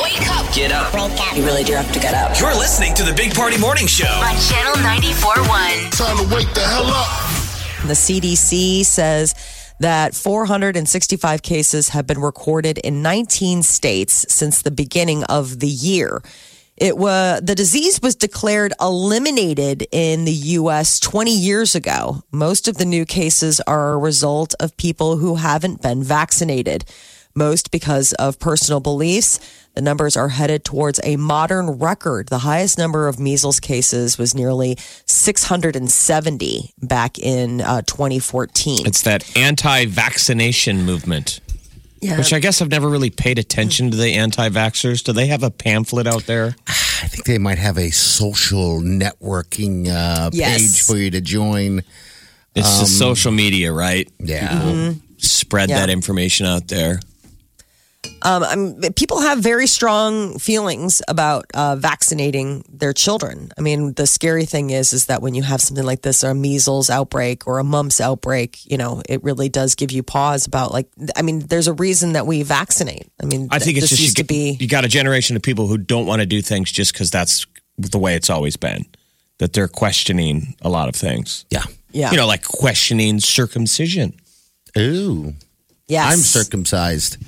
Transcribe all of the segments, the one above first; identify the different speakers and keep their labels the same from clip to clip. Speaker 1: Wake up.
Speaker 2: Get up.
Speaker 3: You really do have to get up.
Speaker 2: You're listening to the Big Party Morning Show.
Speaker 1: On Channel 94.1.
Speaker 4: Time to wake the hell up.
Speaker 5: The CDC says that 465 cases have been recorded in 19 states since the beginning of the year. It was the disease was declared eliminated in the US 20 years ago. Most of the new cases are a result of people who haven't been vaccinated, most because of personal beliefs. The numbers are headed towards a modern record. The highest number of measles cases was nearly 670 back in uh, 2014.
Speaker 6: It's that anti vaccination movement,
Speaker 5: yeah.
Speaker 6: which I guess I've never really paid attention to the anti vaxxers. Do they have a pamphlet out there?
Speaker 7: I think they might have a social networking uh,
Speaker 5: Yes.
Speaker 7: page for you to join. Mm-hmm.
Speaker 6: It's just social media, right?
Speaker 7: Yeah.
Speaker 6: Spread
Speaker 5: Yeah.
Speaker 6: that information out there.
Speaker 5: Um, people have very strong feelings about uh, vaccinating their children. I mean, the scary thing is, is that when you have something like this, or a measles outbreak or a mumps outbreak, you know, it really does give you pause about like, I mean, there's a reason that we vaccinate. I mean,
Speaker 6: I think it's
Speaker 5: this
Speaker 6: just
Speaker 5: used
Speaker 6: you,
Speaker 5: to be.
Speaker 6: get- you got a generation of people who don't want to do things just because that's the way it's always been. That they're questioning a lot of things.
Speaker 7: Yeah.
Speaker 5: yeah.
Speaker 6: You know, like questioning circumcision.
Speaker 7: Ooh.
Speaker 5: yes. Oh
Speaker 7: I'm circumcised.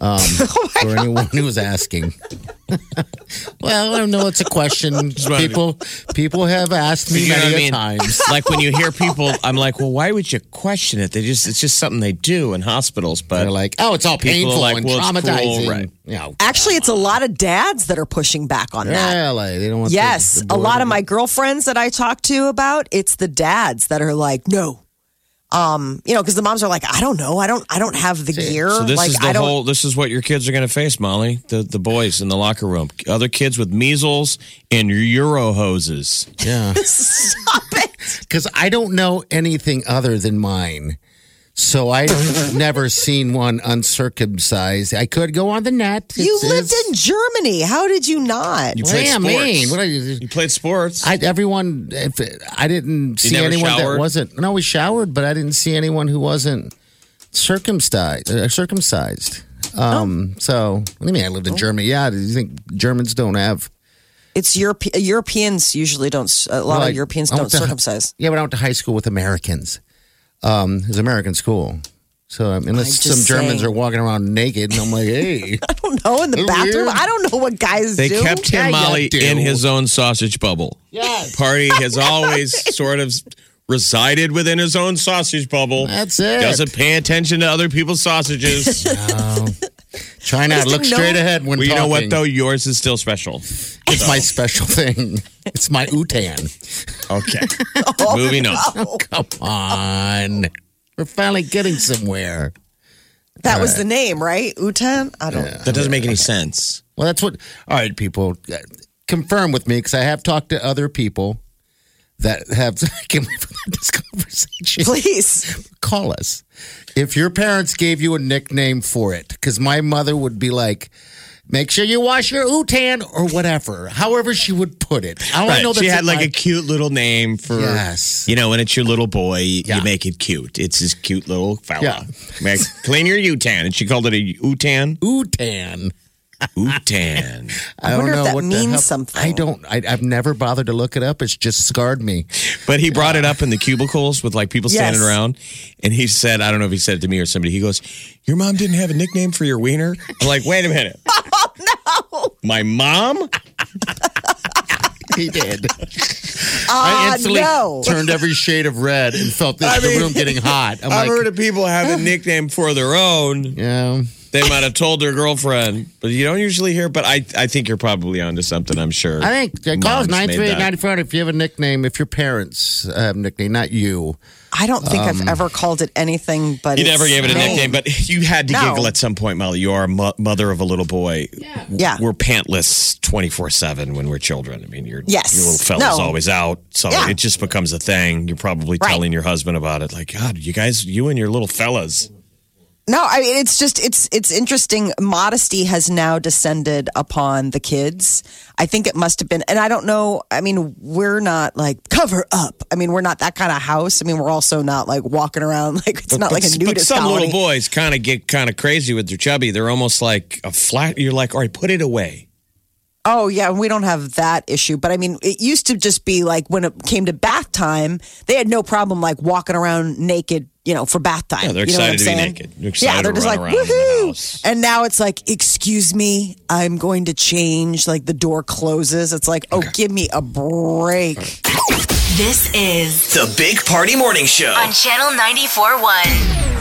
Speaker 7: Um, for anyone who was asking. well, I don't know. It's a question. People, people have asked me
Speaker 6: You know
Speaker 7: many
Speaker 6: what I
Speaker 7: a
Speaker 6: mean?
Speaker 7: times.
Speaker 6: like when you hear people, I'm like, well, why would you question it? They just it's just something they do in hospitals. But
Speaker 7: They're like, oh, it's all
Speaker 6: People
Speaker 7: painful
Speaker 6: are like,
Speaker 7: and
Speaker 6: well, it's
Speaker 7: traumatizing.
Speaker 6: cool, right.
Speaker 7: You know,
Speaker 5: Actually, it's a lot of dads that are pushing back on that.
Speaker 7: yeah, like, they don't want. the-
Speaker 5: Yes,
Speaker 7: the
Speaker 5: a
Speaker 7: boy
Speaker 5: lot
Speaker 7: to
Speaker 5: of my girlfriends that I talk to about it's the dads that are like, no, um, you know, because the moms are like, I don't know, I don't, I don't have the gear.
Speaker 6: so this
Speaker 5: like,
Speaker 6: is
Speaker 5: I
Speaker 6: the
Speaker 5: don't.
Speaker 6: whole. This is what your kids are going to face, Molly. The the boys in the locker room, other kids with measles and euro hoses.
Speaker 7: be- Yeah.
Speaker 5: Stop it!
Speaker 7: because I don't know anything other than mine. So I've never seen one uncircumcised. I could go on the net.
Speaker 5: You lived in Germany. How did you not?
Speaker 6: You
Speaker 7: What do
Speaker 6: played
Speaker 7: you
Speaker 6: sports.
Speaker 7: mean? What do you-
Speaker 6: you played sports.
Speaker 7: I, everyone, if, I didn't see
Speaker 6: never
Speaker 7: anyone
Speaker 6: showered?
Speaker 7: that wasn't. No, we showered, but I didn't see anyone who wasn't circumcised. Uh, circumcised.
Speaker 5: Oh.
Speaker 7: Um, So, what do you mean? I lived in Germany. Yeah, do you think Germans don't have?
Speaker 5: It's Europe. Europeans usually don't. A lot
Speaker 7: Well, I-
Speaker 5: of Europeans
Speaker 7: I
Speaker 5: don't
Speaker 7: went to-
Speaker 5: circumcise.
Speaker 7: Yeah, but I went to high school with Americans. Um, it was American school. So I mean, unless
Speaker 5: I'm
Speaker 7: some
Speaker 5: just
Speaker 7: Germans
Speaker 5: saying.
Speaker 7: are walking around naked, and I'm like, hey,
Speaker 5: I don't know in the
Speaker 7: They're
Speaker 5: bathroom.
Speaker 7: weird.
Speaker 5: I don't know what guys
Speaker 6: they
Speaker 5: do.
Speaker 6: kept him,
Speaker 7: Yeah, you
Speaker 6: Molly,
Speaker 7: do.
Speaker 6: in his own sausage bubble.
Speaker 7: Yes.
Speaker 6: Party has always sort of resided within his own sausage bubble.
Speaker 7: That's it.
Speaker 6: Doesn't pay attention to other people's sausages.
Speaker 7: try not look
Speaker 5: didn't know-
Speaker 7: straight ahead when
Speaker 6: well, you
Speaker 7: talking.
Speaker 6: know what though? Yours is still special.
Speaker 7: It's my special thing. It's my utan.
Speaker 6: Okay.
Speaker 7: Oh,
Speaker 6: Moving on.
Speaker 7: Come on, we're finally getting somewhere.
Speaker 5: that was the name, right? Utan. I don't.
Speaker 6: That doesn't make any sense.
Speaker 7: Well, that's what. All right, people, uh, confirm with me because I have talked to other people that have. Can we have this conversation?
Speaker 5: Please.
Speaker 7: call us if your parents gave you a nickname for it because my mother would be like make sure you wash your utan or whatever however she would put it Oh, i don't
Speaker 6: Right.
Speaker 7: know that's
Speaker 6: she had
Speaker 7: in
Speaker 6: like
Speaker 7: my-
Speaker 6: a cute little name for
Speaker 7: Yes.
Speaker 6: you know when it's your little boy
Speaker 7: Yeah.
Speaker 6: you make it cute it's his cute little fella
Speaker 7: Yeah.
Speaker 6: Like, clean your utan and she called it a utan
Speaker 7: utan
Speaker 6: utan
Speaker 7: i,
Speaker 5: wonder
Speaker 7: don't
Speaker 5: if
Speaker 7: know
Speaker 5: that
Speaker 7: what the
Speaker 5: means
Speaker 7: hell-
Speaker 5: something.
Speaker 7: i don't I, i've never bothered to look it up it's just scarred me
Speaker 6: but he brought it up in the cubicles with like people standing
Speaker 5: Yes.
Speaker 6: around and he said i don't know if he said it to me or somebody he goes your mom didn't have a nickname for your wiener i'm like wait a minute oh no my mom
Speaker 7: he did
Speaker 5: Ah,
Speaker 7: i instantly
Speaker 5: no.
Speaker 7: turned every shade of red and felt this,
Speaker 6: I
Speaker 7: the
Speaker 6: mean-
Speaker 7: room getting hot i'm
Speaker 6: i've
Speaker 7: like
Speaker 6: heard of people have a nickname for their own
Speaker 7: yeah
Speaker 6: They might have told their girlfriend, but you don't usually hear. But I, I think you're probably onto something. I'm sure.
Speaker 7: I think uh, call us
Speaker 6: Moms made that.
Speaker 7: 938 if you have a nickname, if your parents have a nickname, not you.
Speaker 5: I don't think I've ever called it anything but
Speaker 6: Um, You
Speaker 5: its
Speaker 6: never gave it a
Speaker 5: name.
Speaker 6: nickname, but you had to
Speaker 5: No.
Speaker 6: giggle at some point, Molly. You are a mo- mother of a little boy.
Speaker 5: Yeah.
Speaker 6: We're pantless 24 7 when we're children. I mean, your,
Speaker 5: Yes.
Speaker 6: your little fella's
Speaker 5: No.
Speaker 6: always out. So
Speaker 5: Yeah.
Speaker 6: it just becomes a thing. You're probably
Speaker 5: Right.
Speaker 6: telling your husband about it. Like, God, you guys, you and your little fellas.
Speaker 5: No, I mean it's just it's it's interesting. Modesty has now descended upon the kids. I think it must have been, and I don't know. I mean, we're not like cover up. I mean, we're not that kind of house. I mean, we're also not like walking around like it's not
Speaker 6: but,
Speaker 5: like a
Speaker 6: but
Speaker 5: nudist
Speaker 6: some
Speaker 5: colony.
Speaker 6: little boys kind of get kind of crazy with their chubby. They're almost like a flat. You're like, all right, put it away.
Speaker 5: Oh yeah, we don't have that issue. But I mean, it used to just be like when it came to bath time, they had no problem like walking around naked, you know, for bath time.
Speaker 6: Yeah, they're
Speaker 5: You know what I'm
Speaker 6: excited to be
Speaker 5: saying?
Speaker 6: naked. They're excited
Speaker 5: yeah, they're
Speaker 6: to
Speaker 5: just
Speaker 6: run
Speaker 5: like
Speaker 6: around in the
Speaker 5: woohoo!
Speaker 6: house.
Speaker 5: And now it's like, excuse me, I'm going to change. Like the door closes. It's like, oh, give me a break.
Speaker 1: This is
Speaker 2: The Big Party Morning Show.
Speaker 1: on Channel 94.1.